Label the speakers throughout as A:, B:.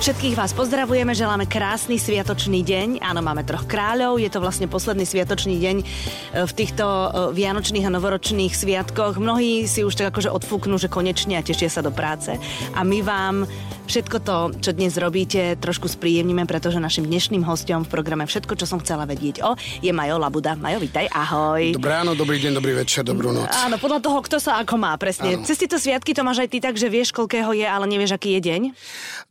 A: Všetkých vás pozdravujeme, želáme krásny sviatočný deň. Áno, máme troch kráľov, je to vlastne posledný sviatočný deň e, v týchto e, vianočných a novoročných sviatkoch. Mnohí si už tak akože odfúknú, že konečne a tešia sa do práce. A my vám všetko to, čo dnes robíte, trošku spríjemníme, pretože našim dnešným hostom v programe Všetko, čo som chcela vedieť o, je Majo Labuda. Majo, vítaj, ahoj.
B: Dobré ráno, dobrý deň, dobrý večer, dobrú noc.
A: Áno, podľa toho, kto sa ako má, presne. Áno.
B: Áno.
A: Cez tieto sviatky to máš aj ty tak, že vieš, koľkého je, ale nevieš, aký je deň.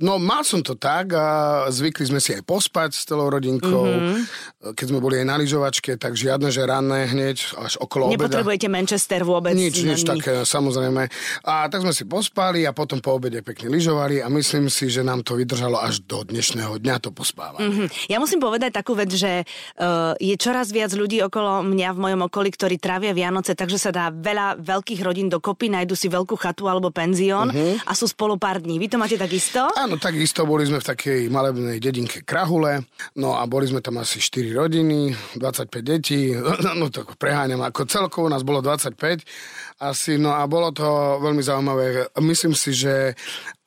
B: No mal som to tak a zvykli sme si aj pospať s celou rodinkou.
A: Mhm.
B: Mm-hmm. Keď sme boli aj na lyžovačke, tak žiadne, že ranné hneď až okolo obeda.
A: Nepotrebujete Manchester vôbec.
B: Nič,
A: no,
B: nič také, samozrejme. A tak sme si pospali a potom po obede pekne lyžovali a myslím si, že nám to vydržalo až do dnešného dňa to pospávanie.
A: Mhm. Ja musím povedať takú vec, že uh, je čoraz viac ľudí okolo mňa v mojom okolí, ktorí trávia Vianoce, takže sa dá veľa veľkých rodín dokopy, nájdu si veľkú chatu alebo penzión
B: Mhm.
A: a sú spolu pár dní. Vy to máte takisto?
B: Áno, takisto boli sme v takej malebnej dedinke Krahule, no a boli sme tam asi 4 rodiny, 25 detí, no to preháňam, ako celkovo nás bolo 25 asi, no a bolo to veľmi zaujímavé. Myslím si, že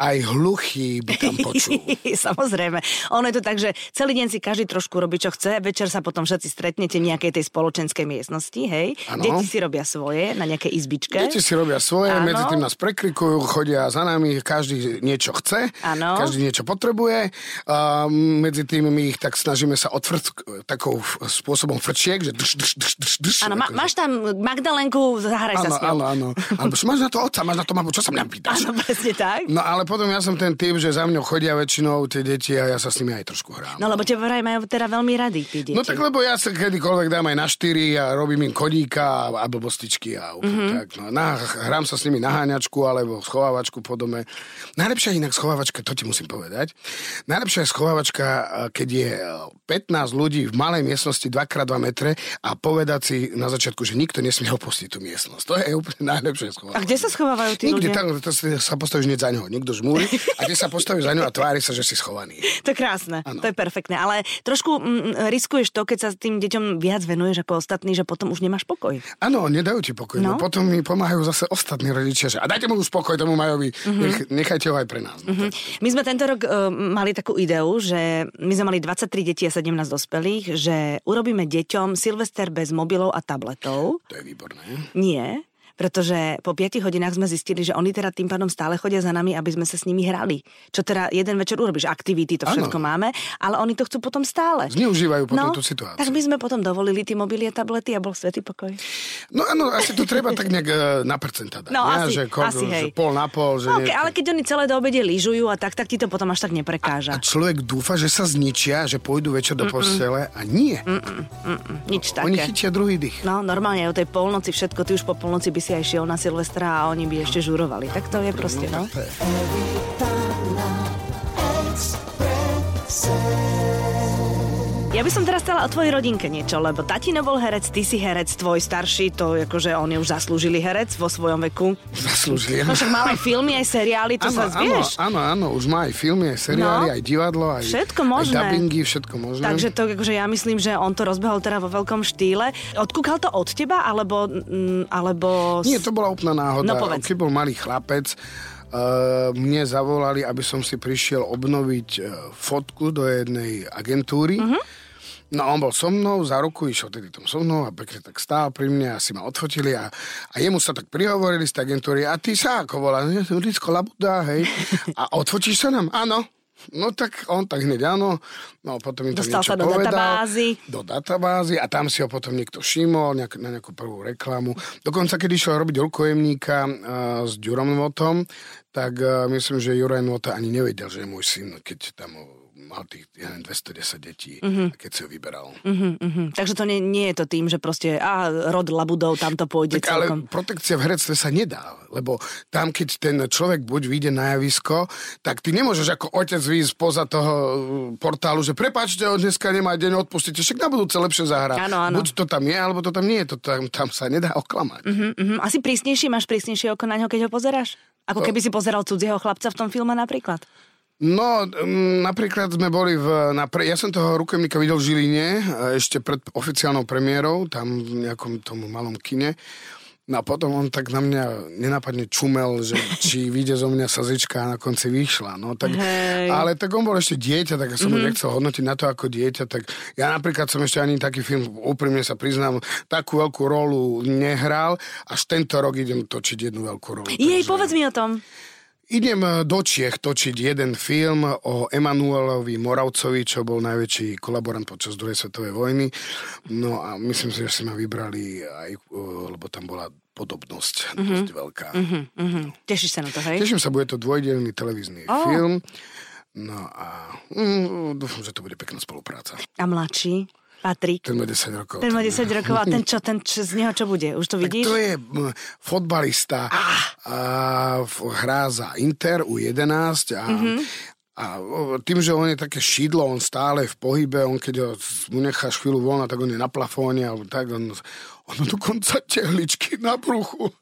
B: aj hluchý by tam počul.
A: Samozrejme. Ono je to tak, že celý deň si každý trošku robí, čo chce, večer sa potom všetci stretnete v nejakej tej spoločenskej miestnosti, hej?
B: Áno.
A: Deti si robia svoje na nejakej izbičke.
B: Deti si robia svoje,
A: Áno.
B: medzi tým nás prekrikujú, chodia za nami, každý niečo chce,
A: Áno.
B: každý niečo potrebuje. A medzi tým my ich tak snažíme sa odfrť takou f- spôsobom frčiek, že drž, drž, drž, drž, drž.
A: Áno, ma,
B: akože.
A: máš tam Magdalenku, zahraj sa
B: Áno,
A: s ňou.
B: áno, áno. Alebo že máš na to otca, máš na to mamu, čo sa mňa pýtaš?
A: Áno, presne tak.
B: No ale potom ja som ten typ, že za mňou chodia väčšinou tie deti a ja sa s nimi aj trošku hrám.
A: No lebo teba vraj majú teda veľmi rady tí deti.
B: No tak lebo ja sa kedykoľvek dám aj na štyri a robím im koníka a- a blbostičky a
A: Mhm.
B: úplne mm-hmm. tak. No, na, hrám sa s nimi na háňačku alebo schovávačku po dome. Najlepšia inak schovávačka, to ti musím povedať. Najlepšia je schovávačka, eh, keď je eh, 15 ľudí v malej miestnosti 2x2 metre a povedať si na začiatku, že nikto nesmie opustiť tú miestnosť. To je úplne najlepšia schovávačka.
A: A kde sa schovávajú tí
B: Nikde
A: ľudia?
B: tam, to si- sa postavíš hneď za ňoho. Niekto žmúri a ty sa postavíš za ňoho a tvári sa, že si schovaný.
A: To je krásne, ano.
B: Áno.
A: to je perfektné, ale trošku mm, riskuješ to, keď sa tým deťom viac venuješ ako ostatní, že potom už nemáš pokoj.
B: Áno, nedajú ti pokoj.
A: No.
B: No. Potom mi pomáhajú zase ostatní rodičia, že a dajte mu spokoj tomu Majovi,
A: Mhm.
B: nech, nechajte ho aj pre nás. No, tak.
A: My sme tento rok uh, mali takú ideu, že my sme mali 23 detí a 17 dospelých, že urobíme deťom Silvester bez mobilov a tabletov.
B: To je výborné.
A: Nie, pretože po 5 hodinách sme zistili, že oni teda tým pádom stále chodia za nami, aby sme sa s nimi hrali. Čo teda jeden večer urobíš, aktivity, to
B: Áno.
A: všetko máme, ale oni to chcú potom stále. No,
B: Zneužívajú potom tú situáciu.
A: tak my sme potom dovolili tie mobily a tablety a bol svetý pokoj.
B: No áno, asi to treba tak nejak e, na percenta dať.
A: No
B: ne?
A: asi,
B: že, koľko-
A: asi, hej.
B: že pol na pol. Že
A: Okay,
B: nie-
A: ale keď oni celé do obede lyžujú a tak, tak ti to potom až tak
B: A
A: neprekáža.
B: človek dúfa, že sa zničia, že pôjdu večer do postele a nie.
A: Nič Mm,
B: Oni
A: také.
B: chytia druhý dých.
A: No, normálne aj o tej polnoci všetko, ty už po polnoci by si aj šiel na Silvestra a oni by ešte žurovali. Tak to je proste, no.
B: To je-
A: Ja by som teraz chcela o tvojej rodinke niečo, lebo tatino bol herec, ty si herec, tvoj starší, to je akože on je už zaslúžili herec vo svojom veku.
B: Zaslúžili.
A: No však mal aj filmy, aj seriály, to sa
B: áno,
A: zvieš.
B: áno, áno, už má aj filmy, aj seriály,
A: No.
B: aj divadlo, aj,
A: Všetko možné.
B: aj dubbingy, všetko možné.
A: Takže to, akože ja myslím, že on to rozbehol teda vo veľkom štýle. Odkúkal to od teba, alebo... mm, alebo...
B: Nie, to bola úplná náhoda.
A: No, povedz.
B: Keď bol malý chlapec, Uh, mne zavolali, aby som si prišiel obnoviť uh, fotku do jednej agentúry.
A: Mhm.
B: No a on bol so mnou, za ruku išiel tedy tam so mnou a pekne tak stál pri mne a si ma odfotili a, a jemu sa tak prihovorili z tej agentúry a ty sa ako volá, No, ja som Rizko Labuda, hej. A odfotíš sa nám? Áno. No tak on tak hneď áno, no potom im tam
A: Dostal
B: niečo
A: sa do
B: povedal
A: databázy.
B: do databázy a tam si ho potom niekto všimol nejak, na nejakú prvú reklamu. Dokonca, keď išiel robiť rukojemníka uh, s Ďurom Nvotom, tak uh, myslím, že Juraj Nvota ani nevedel, že je môj syn, keď tam uh, mal tých ja neviem, 210 detí, mm-hmm. keď si ho vyberal. Mm-hmm.
A: Mhm, takže to nie, nie je to tým, že proste a rod labudov tam to pôjde
B: Tak ale
A: celkom.
B: protekcia v herectve sa nedá, lebo tam, keď ten človek buď vyjde na javisko, tak ty nemôžeš ako otec výjsť poza toho uh, portálu, že prepáčte, on dneska nemá deň, odpustite, však na budúce lepšie zahrá.
A: Áno, áno.
B: Buď to tam je, alebo to tam nie je, to tam, tam sa nedá oklamať. Mm-hmm.
A: Mhm, mhm. Asi prísnejší, máš prísnejšie oko na ňo, keď ho pozeráš? Ako keby si pozeral cudzieho chlapca v tom filme napríklad.
B: No, mm, napríklad sme boli v... Na pre, ja som toho rukojemníka videl v Žiline e, ešte pred oficiálnou premiérou, tam v nejakom tom malom kine. No a potom on tak na mňa nenápadne čumel, že či vyjde zo mňa sazička a na konci vyšla. No, tak,
A: Hej.
B: ale tak on bol ešte dieťa, tak ja som mm-hmm. ho nechcel hodnotiť na to ako dieťa. Tak ja napríklad som ešte ani taký film, úprimne sa priznám, takú veľkú rolu nehral. Až tento rok idem točiť jednu veľkú rolu.
A: Jej,
B: Takže-
A: povedz mi o tom.
B: Idem eh, do Čiech točiť jeden film o Emanuelovi Moravcovi, čo bol najväčší kolaborant počas druhej svetovej vojny. No a myslím si, že si ma vybrali aj, eh, lebo tam bola podobnosť mm-hmm. dosť veľká. Mm-hmm.
A: Mhm. Tešíš sa na to, hej?
B: Teším sa, bude to dvojdelný televízny
A: Ó.
B: oh. film. No a mm, dúfam, že to bude pekná spolupráca.
A: A mladší? Patrik?
B: Ten má 10 rokov.
A: Ten má 10 rokov a ten čo, ten čo, z neho čo bude? Už to vidíš?
B: To je mm, fotbalista, a f- hrá za Inter U11 a,
A: Mhm.
B: a o, tým, že on je také šidlo, on stále je v pohybe, on keď ho s- mu necháš chvíľu voľna, tak on je na plafóne alebo tak, on, on má dokonca tehličky na bruchu.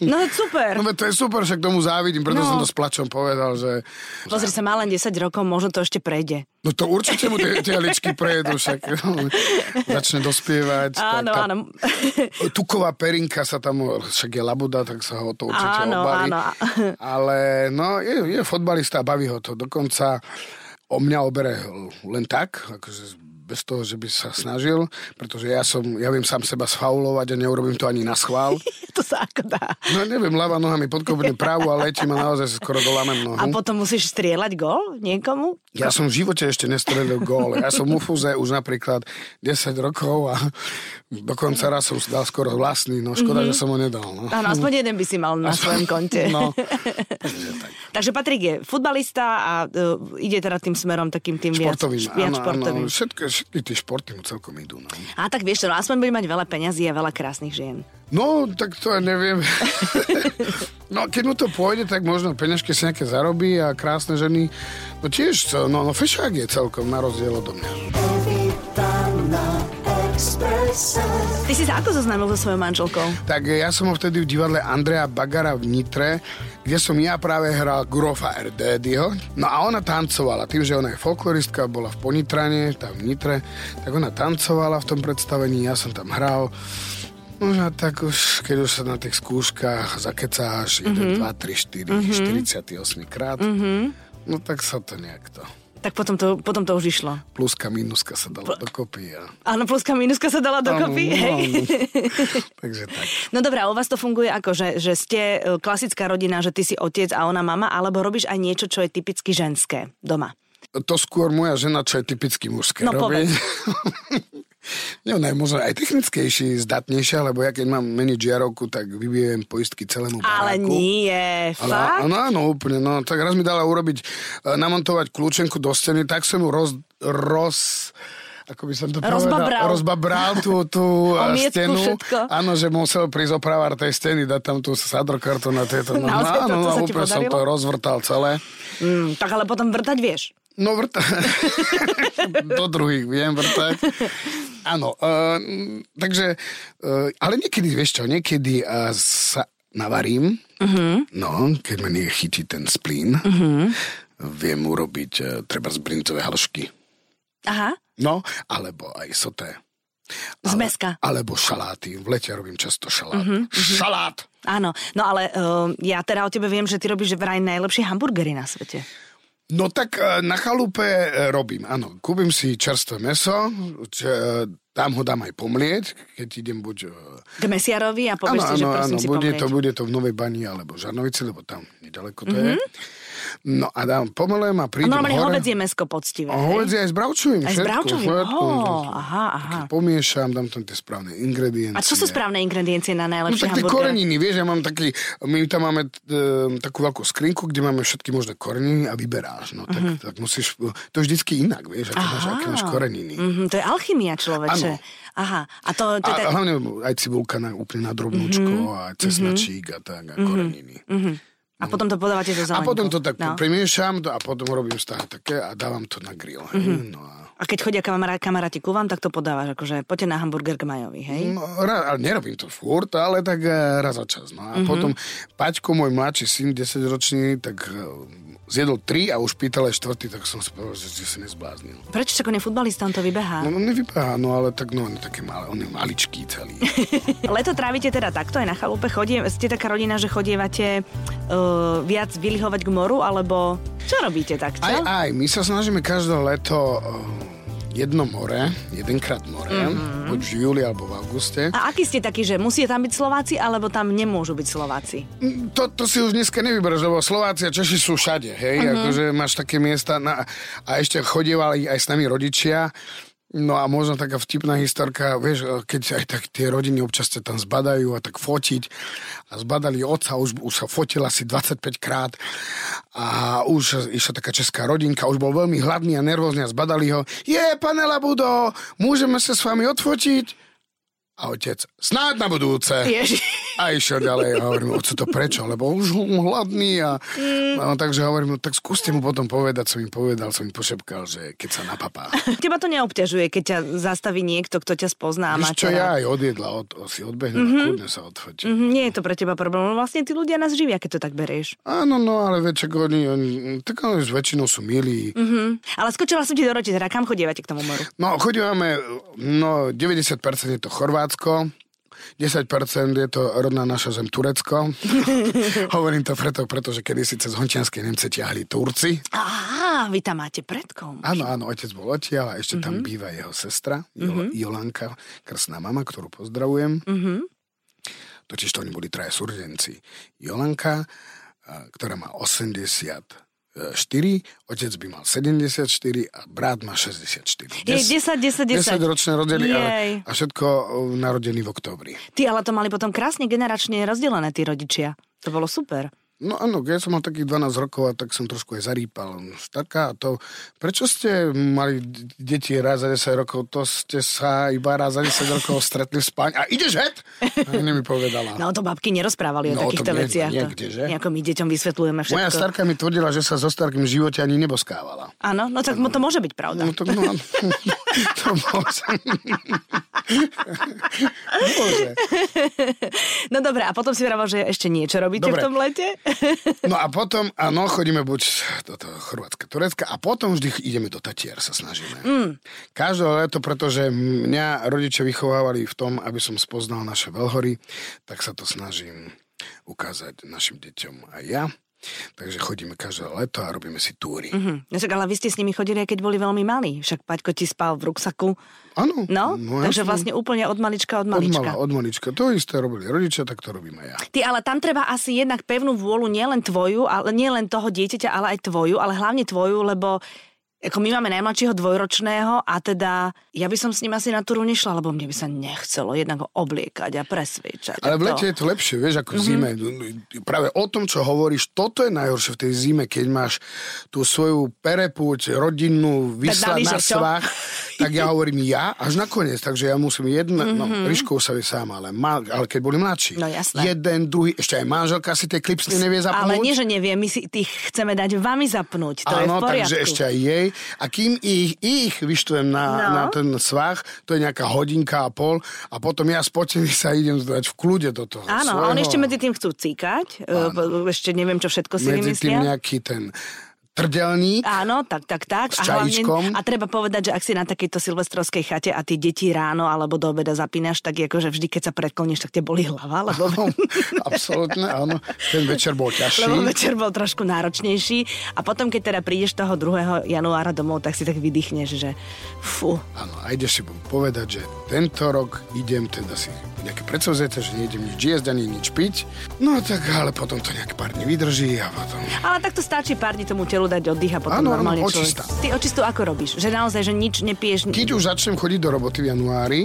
A: No to je super.
B: No veď to je super, však tomu závidím, preto
A: No.
B: som to s plačom povedal, že
A: Pozri sa, má len 10 rokov, možno to ešte prejde.
B: no to určite mu tie tehličky prejedú, však no, začne dospievať.
A: Áno,
B: tak, tá
A: áno.
B: Tuková perinka sa tam, však je labuda, tak sa ho to určite
A: Áno,
B: obalí.
A: áno.
B: Ale no, je, je fotbalista, baví ho to. Dokonca o mňa obere len tak, akože bez toho, že by sa snažil, pretože ja som, ja viem sám seba sfaulovať a neurobím to ani na schvál.
A: to sa ako dá.
B: No neviem, ľava noha mi podkopne právu a letím a naozaj si skoro dolámem nohu.
A: A potom musíš strieľať gol niekomu?
B: Ja som v živote ešte nestrelil gól. Ja som ufuze už napríklad 10 rokov a dokonca raz som dal skoro vlastný, no škoda, že som ho nedal. No.
A: Mhm. Áno, aspoň jeden by si mal na svojom konte.
B: No,
A: Takže Patrik je futbalista a uh, ide teda tým smerom takým tým viac,
B: športovým,
A: šp- viac
B: áno,
A: športovým.
B: áno, všetky, všetky tie športy mu celkom idú. No,
A: A tak vieš čo, no, aspoň bude mať veľa peňazí a veľa krásnych žien.
B: no tak to ja neviem. no keď mu to pôjde, tak možno peňažky si nejaké zarobí a krásne ženy. No tiež, co, no, no fešák je celkom na rozdiel odo mňa.
C: Evita na Expressa.
A: Ty si sa ako zoznámil so svojou manželkou?
B: Tak ja som ho vtedy v divadle Andrea Bagara v Nitre, kde som ja práve hral Grofa Erdédyho. No a ona tancovala, tým, že ona je folkloristka, bola v Ponitrane, tam v Nitre, tak ona tancovala v tom predstavení, ja som tam hral. No a tak už, keď už sa na tých skúškach zakecáš
A: Mhm.
B: 1, 2, 3, 4, 48 krát, no tak sa to nejak to...
A: Tak potom to, potom to už išlo.
B: Pluska, minuska sa dalo dokopy. A...
A: Áno, pluska minuska sa dala dokopy,
B: Áno,
A: hej?
B: áno. Takže tak.
A: No dobrá, u vás to funguje ako, že, že ste e, klasická rodina, že ty si otec a ona mama, alebo robíš aj niečo, čo je typicky ženské doma?
B: To skôr moja žena, čo je typicky mužské
A: No,
B: robí. Nie, ona je možno aj technickejší, zdatnejšia, lebo ja keď mám manažerovku, tak vybijem poistky celému
A: Ale
B: baráku.
A: nie,
B: Ale
A: fakt?
B: áno, áno, úplne. No, tak raz mi dala urobiť, e, namontovať kľúčenku do steny, tak som ju roz... roz ako by som to
A: Rozbabral.
B: povedal, rozbabral tú, tú e,
A: Omietku,
B: stenu.
A: všetko.
B: Áno, že musel prísť opravár tej steny, dať tam tú sadrokartu na tieto. No,
A: Naozaj to- to
B: áno, no,
A: sa ti
B: úplne som
A: podarilo?
B: to rozvrtal celé.
A: Mm, tak ale potom vrtať vieš.
B: No vrta... Do druhých viem vrtať. Áno, uh, takže, uh, ale niekedy, vieš čo, niekedy uh, sa navarím, uh-huh. no, keď ma nechytí ten splín, uh-huh. viem urobiť uh, treba z brincové halušky,
A: Aha,
B: no, alebo aj soté.
A: z meska.
B: Alebo šaláty, v lete robím často šalát. Uh-huh. Šalát!
A: Áno, no ale uh, ja teda o tebe viem, že ty robíš vraj najlepšie hamburgery na svete.
B: No tak e, na chalupe e, robím, áno. Kúpim si čerstvé meso, č, e, dám ho dám aj pomlieť, keď idem buď... e,
A: K mesiarovi a povieš si, že prosím si
B: bude
A: pomrieť.
B: to, bude to v Novej Bani alebo Žarnovici, lebo tam nedaleko to mm-hmm. je. No a dám pomalujem a
A: Mhm. A
B: prídem
A: normálne
B: hore.
A: hovedzie mesko poctivé.
B: A
A: hej?
B: hovedzie aj s bravčovým.
A: Aj s
B: všetko,
A: bravčovým?
B: všetko.
A: Ó, aha, aha.
B: Pomiešam, dám tam tie správne ingrediencie.
A: A čo sú správne ingrediencie na
B: No
A: najlepšie
B: tak tie
A: hamburgery?
B: koreniny, vieš, ja mám taký, my tam máme e, takú veľkú skrinku, kde máme všetky možné koreniny a vyberáš, no
A: Mhm.
B: tak, tak musíš, to je vždycky inak, vieš, aké máš, aké máš koreniny.
A: Mhm, to je alchymia človeče.
B: Áno.
A: Aha, a to, to je
B: A,
A: tak... Mhm.
B: a hlavne aj cibulka na, úplne na drobnúčko a cesnačík a tak a koreniny.
A: A potom to podávate do
B: A
A: zelenkou.
B: potom to tak
A: no.
B: premiešam to a potom robím stále také a dávam to na grill.
A: Mhm.
B: hej. No a
A: A keď chodia kamará, kamaráti ku vám, tak to podávaš, akože poďte na hamburger k Majovi, hej?
B: No, ra- ale nerobím to furt, ale eh,
A: Mhm.
B: tak e, raz za čas. No. A mm-hmm. potom Paťko, môj mladší syn, 10-ročný, tak e, zjedol tri a už pýtal aj štvrtý, tak som si povedal, že, že si nezbláznil.
A: Prečo však on je futbalista, on to vybehá?
B: Mhm. No, no nevypadá, no ale tak no, on je také malé, on je maličký celý.
A: Leto trávite teda takto aj na chalupe? Chodie, ste taká rodina, že chodievate uh, viac vylihovať k moru, alebo čo robíte takto?
B: Aj, aj, my sa snažíme každé leto eh, jedno more, jedenkrát more,
A: Mhm.
B: mm-hmm. buď v júli alebo v auguste.
A: A aký ste takí, že musia tam byť Slováci, alebo tam nemôžu byť Slováci?
B: to, to si už dneska nevyberáš, lebo Slováci a Češi sú všade, hej, uh-huh. akože máš také miesta na, a ešte chodievali aj s nami rodičia, No a možno taká vtipná historka, vieš, keď aj tak tie rodiny občas sa tam zbadajú a tak fotiť. A zbadali oca, už, už sa fotil asi 25 krát a už išla taká česká rodinka, už bol veľmi hladný a nervózny a zbadali ho. Je, pane Labudo, môžeme sa s vami odfotiť? A otec, snáď na budúce.
A: Ježiš.
B: A išiel ďalej a hovorím, oco to prečo, lebo už som hladný a,
A: Mm.
B: a takže hovorím, no tak skúste mu potom povedať, som im povedal, som im pošepkal, že keď sa napapá.
A: Teba to neobťažuje, keď ťa zastaví niekto, kto ťa spozná. a má
B: Víš
A: ťa
B: čo,
A: rád?
B: ja aj odjedla, od, si odbehnem mm-hmm. a kľudne sa odfotil.
A: Mhm, Nie je to pre teba problém, lebo vlastne tí ľudia nás živia, keď to tak berieš.
B: Áno, no ale večer oni, oni, tak oni väčšinou sú milí. Mm.
A: Mhm. Ale skočila som ti do roči, teda kam chodievate k tomu moru?
B: No chodíme, no 90% je to Chorvátsko, 10% je to rodná naša zem Turecko. Hovorím to preto, pretože kedysi cez Hončianske Nemce ťahli Turci.
A: Á, vy tam máte predkov.
B: Áno, áno, otec bol odtiaľ a ešte mm-hmm. tam býva jeho sestra, mm-hmm. Jolanka, krsná mama, ktorú pozdravujem. Mm-hmm. Totiž to oni boli traja súrodenci. Jolanka, a, ktorá má 84, otec by mal 74 a brat má 64.
A: Je 10, 10, 10.
B: 10 ročné rodiny a,
A: Jej.
B: a všetko e, narodený v októbri.
A: Ty ale to mali potom krásne generačne rozdelené tí rodičia. To bolo super.
B: No áno, keď som mal takých 12 rokov, a tak som trošku aj zarýpal. Taká to, prečo ste mali d- deti raz za 10 rokov, to ste sa iba raz za 10 rokov stretli v spáň a ideš het? A ona mi povedala.
A: No to babky nerozprávali o
B: No, o
A: takýchto
B: tom nie-
A: veciach. To-
B: niekde, že?
A: Nejako my deťom vysvetľujeme všetko.
B: Moja starka mi tvrdila, že sa so starkým v živote ani neboskávala.
A: Áno, no tak mu to môže byť pravda.
B: No tak no, áno. to môže. môže.
A: No dobre, a potom si vraval, že ešte niečo robíte
B: Dobre.
A: v tom lete?
B: No a potom, áno, chodíme buď do toho Chorvátska, Turecka a potom vždy ch- ideme do Tatier, sa snažíme. Mm. Každé leto, pretože mňa rodičia vychovávali v tom, aby som spoznal naše veľhory, tak sa to snažím ukázať našim deťom aj ja. Takže chodíme každé leto a robíme si túry.
A: Mhm. No však, ale vy ste s nimi chodili, aj keď boli veľmi malí. Však Paťko ti spal v ruksaku.
B: Áno.
A: No, takže
B: jasne.
A: vlastne úplne od malička, od
B: Od
A: malička.
B: mala, od malička. To isté robili rodičia, tak to robím aj ja.
A: Ty, ale tam treba asi jednak pevnú vôľu, nielen tvoju, ale nielen toho dieťaťa, ale aj tvoju, ale hlavne tvoju, lebo ako my máme najmladšieho dvojročného a teda ja by som s ním asi na túru nešla, lebo mne by sa nechcelo jednak ho obliekať a presviečať. a to.
B: Ale v
A: Mhm.
B: lete je to lepšie, vieš, ako v zime. Práve o tom, čo hovoríš, toto je najhoršie v tej zime, keď máš tú svoju perepuť, rodinnú, vyslať na
A: lyže, čo?
B: svach, tak ja hovorím ja až nakoniec, takže ja musím jeden, no, Ríškou sa vie sám, ale, má, ale keď boli
A: Mhm.
B: mladší.
A: No, jasné.
B: Jeden, druhý, ešte aj manželka si tie klipsy nevie
A: Ale
B: zapnúť.
A: nie, že neviem, my si tých chceme dať vami zapnúť, to je v
B: Áno,
A: poriadku.
B: takže ešte aj jej. A kým ich, ich vyštvujem na,
A: No.
B: no. na ten svach, to je nejaká hodinka a pol a potom ja spotený sa idem zdať v kľude do toho
A: Áno, a
B: svojho.
A: on ešte medzi tým chcú cíkať, e, ešte neviem, čo všetko si
B: medzi tým
A: vymyslia.
B: nejaký ten trdelník.
A: Áno, tak, tak, tak.
B: S čajíčkom.
A: a treba povedať, že ak si na takejto silvestrovskej chate a ty deti ráno alebo do obeda zapínaš, tak je akože vždy, keď sa predkloníš, tak te boli hlava, lebo,
B: Absolutne, áno. Ten večer bol ťažší.
A: lebo večer bol trošku náročnejší. A potom, keď teda prídeš toho 2. januára domov, tak si tak vydýchneš, že fú.
B: Áno, a ideš si povedať, že tento rok idem teda si nejaké predsavzatia, že nejdem nič jesť ani nič piť. No tak, ale potom to nejak pár dní vydrží a potom...
A: Ale takto stačí pár dní tomu telu dať oddych a potom
B: Áno, áno,
A: normálne človek.
B: očista.
A: Ty očistu ako robíš? Že naozaj, že nič nepiješ?
B: Keď už začnem chodiť do roboty v januári,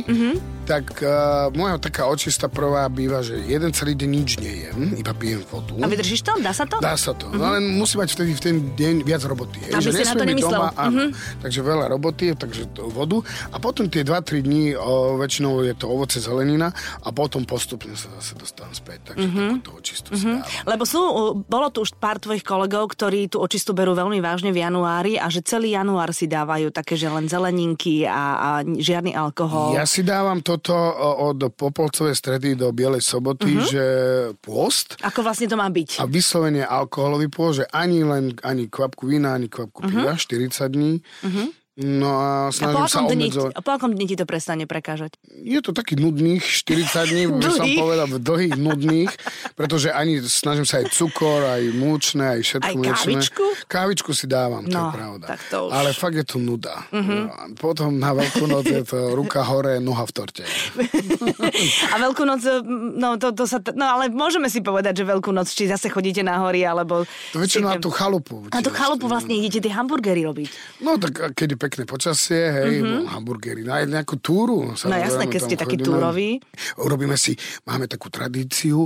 B: tak uh, moja taká očista prvá býva, že jeden celý deň nič nejem, iba pijem vodu.
A: A vydržíš to? Dá sa to?
B: Dá sa to, mm-hmm. len musí mať vtedy v ten deň viac roboty. hej,
A: Aby
B: že
A: si na to
B: nesmie byť
A: nemyslel. Mhm.
B: Doma, áno, Takže veľa roboty, takže to vodu. A potom tie 2-3 dní o, väčšinou je to ovoce, zelenina a potom postupne sa zase dostávam
A: Mhm.
B: späť. Takže mm-hmm. takúto očistu mm-hmm. si dávam.
A: Lebo sú, uh, bolo tu už pár tvojich kolegov, ktorí tú očistu berú berú veľmi vážne v januári a že celý január si dávajú také, že len zeleninky a, a žiadny alkohol.
B: Ja si dávam toto o, od Popolcovej stredy do Bielej soboty,
A: Mhm.
B: mm-hmm. že pôst
A: Ako vlastne to má
B: a
A: byť?
B: vyslovene alkoholový pôst, že ani len ani kvapku vína, ani kvapku piva, 40 dní. No
A: Mhm. A po
B: a snažím sa
A: akom, dni,
B: obmedzovať.
A: po akom dni ti to prestane prekážať?
B: Je to taký nudných 40 dní, by som
A: Dlhých.
B: povedal, dlhých, nudných, pretože ani snažím sa aj cukor, aj múčne, aj všetko
A: Aj
B: mliečné.
A: kávičku?
B: Kávičku si dávam, to
A: No,
B: je pravda.
A: tak to už. Mhm.
B: Ale fakt je to nuda. No, a potom na veľkú noc je to ruka hore, noha v torte.
A: A Veľkú noc, no to, to sa... t- No ale môžeme si povedať, že Veľkú noc, či zase chodíte na hory, alebo...
B: To väčšinou na
A: si-
B: tú chalupu.
A: Na tú chalupu vlastne idete tie hamburgery robiť.
B: No tak a keď je pekné počasie, hej, mm-hmm. hamburgery, na nejakú túru.
A: Mhm. No
B: samozrejme,
A: jasné, keď
B: tam
A: ste takí
B: chodíme.
A: túroví.
B: Robíme si, máme takú tradíciu,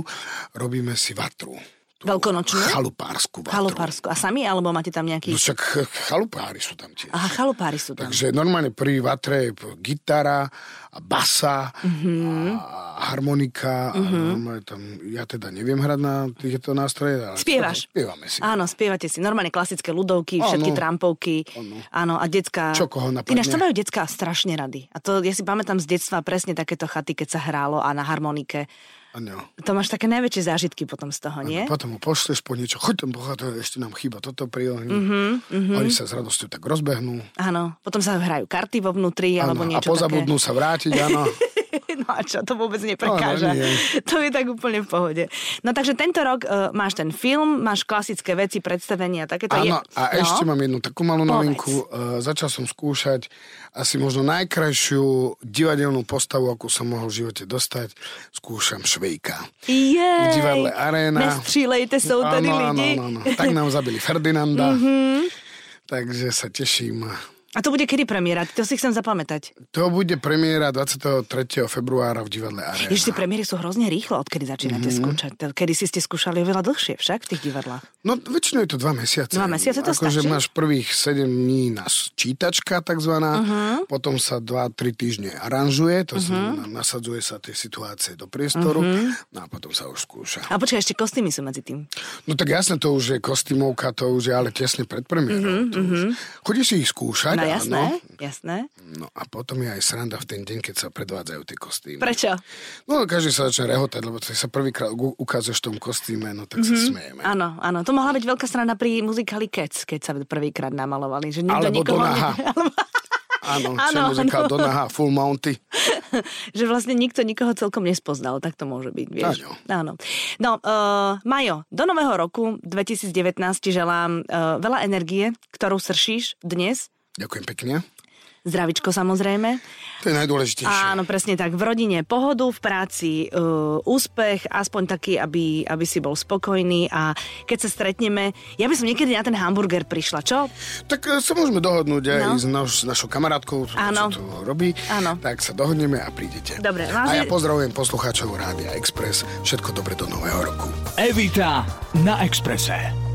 B: robíme si vatru. Tú
A: Veľkonočnú?
B: Chalupársku vatru.
A: Chalupársku. A sami, alebo máte tam
B: No
A: nejaký...
B: však ch- chalupári sú tam tiež.
A: Aha, chalupári sú tam.
B: Takže normálne pri vatre je p- gitara a basa
A: Mhm.
B: mm-hmm. a harmonika. Mm-hmm. A normálne tam, ja teda neviem hrať na týchto nástroje. Ale
A: Spievaš?
B: Spievame si.
A: Áno, spievate si normálne klasické ľudovky,
B: Áno.
A: všetky trampovky. Áno, a decka.
B: Čo koho napadne.
A: Ináč to majú decka strašne rady. A to ja si pamätám z detstva presne takéto chaty, keď sa hrálo a na harmonike.
B: Áno.
A: To máš také najväčšie zážitky potom z toho, nie?
B: Potom mu pošleš po niečo, choď tam do chatu, ešte nám chýba toto pri ohni.
A: Mhm,
B: Mm-hmm. Oni sa s radosťou tak rozbehnú.
A: Áno, potom sa hrajú karty vo vnútri alebo
B: Áno, a
A: niečo
B: pozabudnú sa vrátiť, áno.
A: také. No a čo, to vôbec neprekáža.
B: Áno, nie.
A: to je tak úplne v pohode. No takže tento rok e, máš ten film, máš klasické veci, predstavenia, takéto.
B: Áno,
A: je... no?
B: a ešte mám jednu takú malú
A: Povedz.
B: novinku. Uh, začal som skúšať asi možno najkrajšiu divadelnú postavu, akú som mohol v živote dostať. Skúšam Švejka.
A: Jej,
B: v divadle Arena.
A: Nestřílejte, sú tady
B: Áno,
A: lidi. Mhm.
B: Áno, áno, áno. Tak nám zabili Ferdinanda. Takže sa teším.
A: A to bude kedy premiéra? To si chcem zapamätať.
B: To bude premiéra 23. februára v divadle Arena.
A: Ježiš, tie premiéry sú hrozne rýchlo, odkedy začínate
B: Mhm.
A: mm-hmm. skúšať. To- Kedy si ste skúšali oveľa dlhšie však v tých divadlách.
B: No väčšinou je to dva mesiace.
A: Dva mesiace, to
B: akože
A: stačí?
B: máš prvých 7 dní na čítačka takzvaná, uh-huh. potom sa 2-3 týždne aranžuje, to uh-huh. znamená, nasadzuje sa tie situácie do priestoru uh-huh.
A: Mhm.
B: no a potom sa už skúša.
A: A počkaj, ešte kostýmy sú medzi tým.
B: No tak jasne, to už je kostýmovka, to už je ale tesne pred premiérou. Uh-huh, uh-huh. Chodíš si ich skúšať,
A: Mhm, No
B: áno.
A: jasné, jasné.
B: No a potom je aj sranda v ten deň, keď sa predvádzajú tie kostýmy.
A: Prečo?
B: No každý sa začne rehotať, lebo ty sa prvýkrát u- ukážeš v tom kostýme, no tak
A: Mhm.
B: uh-huh. sa smejeme.
A: Áno, áno. To mohla byť veľká strana pri muzikáli Cats, keď sa prvýkrát namalovali. Že nikto
B: Alebo
A: nikoho
B: Donaha.
A: Ne... Alebo... Áno,
B: Áno, áno, muzika
A: áno.
B: Donaha, Full Mounty.
A: že vlastne nikto nikoho celkom nespoznal, tak to môže byť, vieš.
B: Áno.
A: Áno. No, uh, Majo, do nového roku 2019 ti želám uh, veľa energie, ktorú sršíš dnes.
B: Ďakujem pekne.
A: Zdravičko samozrejme.
B: To je najdôležitejšie.
A: Áno, presne tak. V rodine pohodu, v práci e, úspech, aspoň taký, aby, aby si bol spokojný a keď sa stretneme, ja by som niekedy na ten hamburger prišla, čo?
B: Tak e, sa môžeme dohodnúť aj
A: No.
B: s naš, našou kamarátkou, čo
A: Áno.
B: čo to robí.
A: Áno.
B: Tak sa dohodneme a prídete.
A: Dobre, no
B: A
A: vážne-
B: ja pozdravujem poslucháčov Rádia Express. Všetko dobre do nového roku.
D: Evita na Exprese.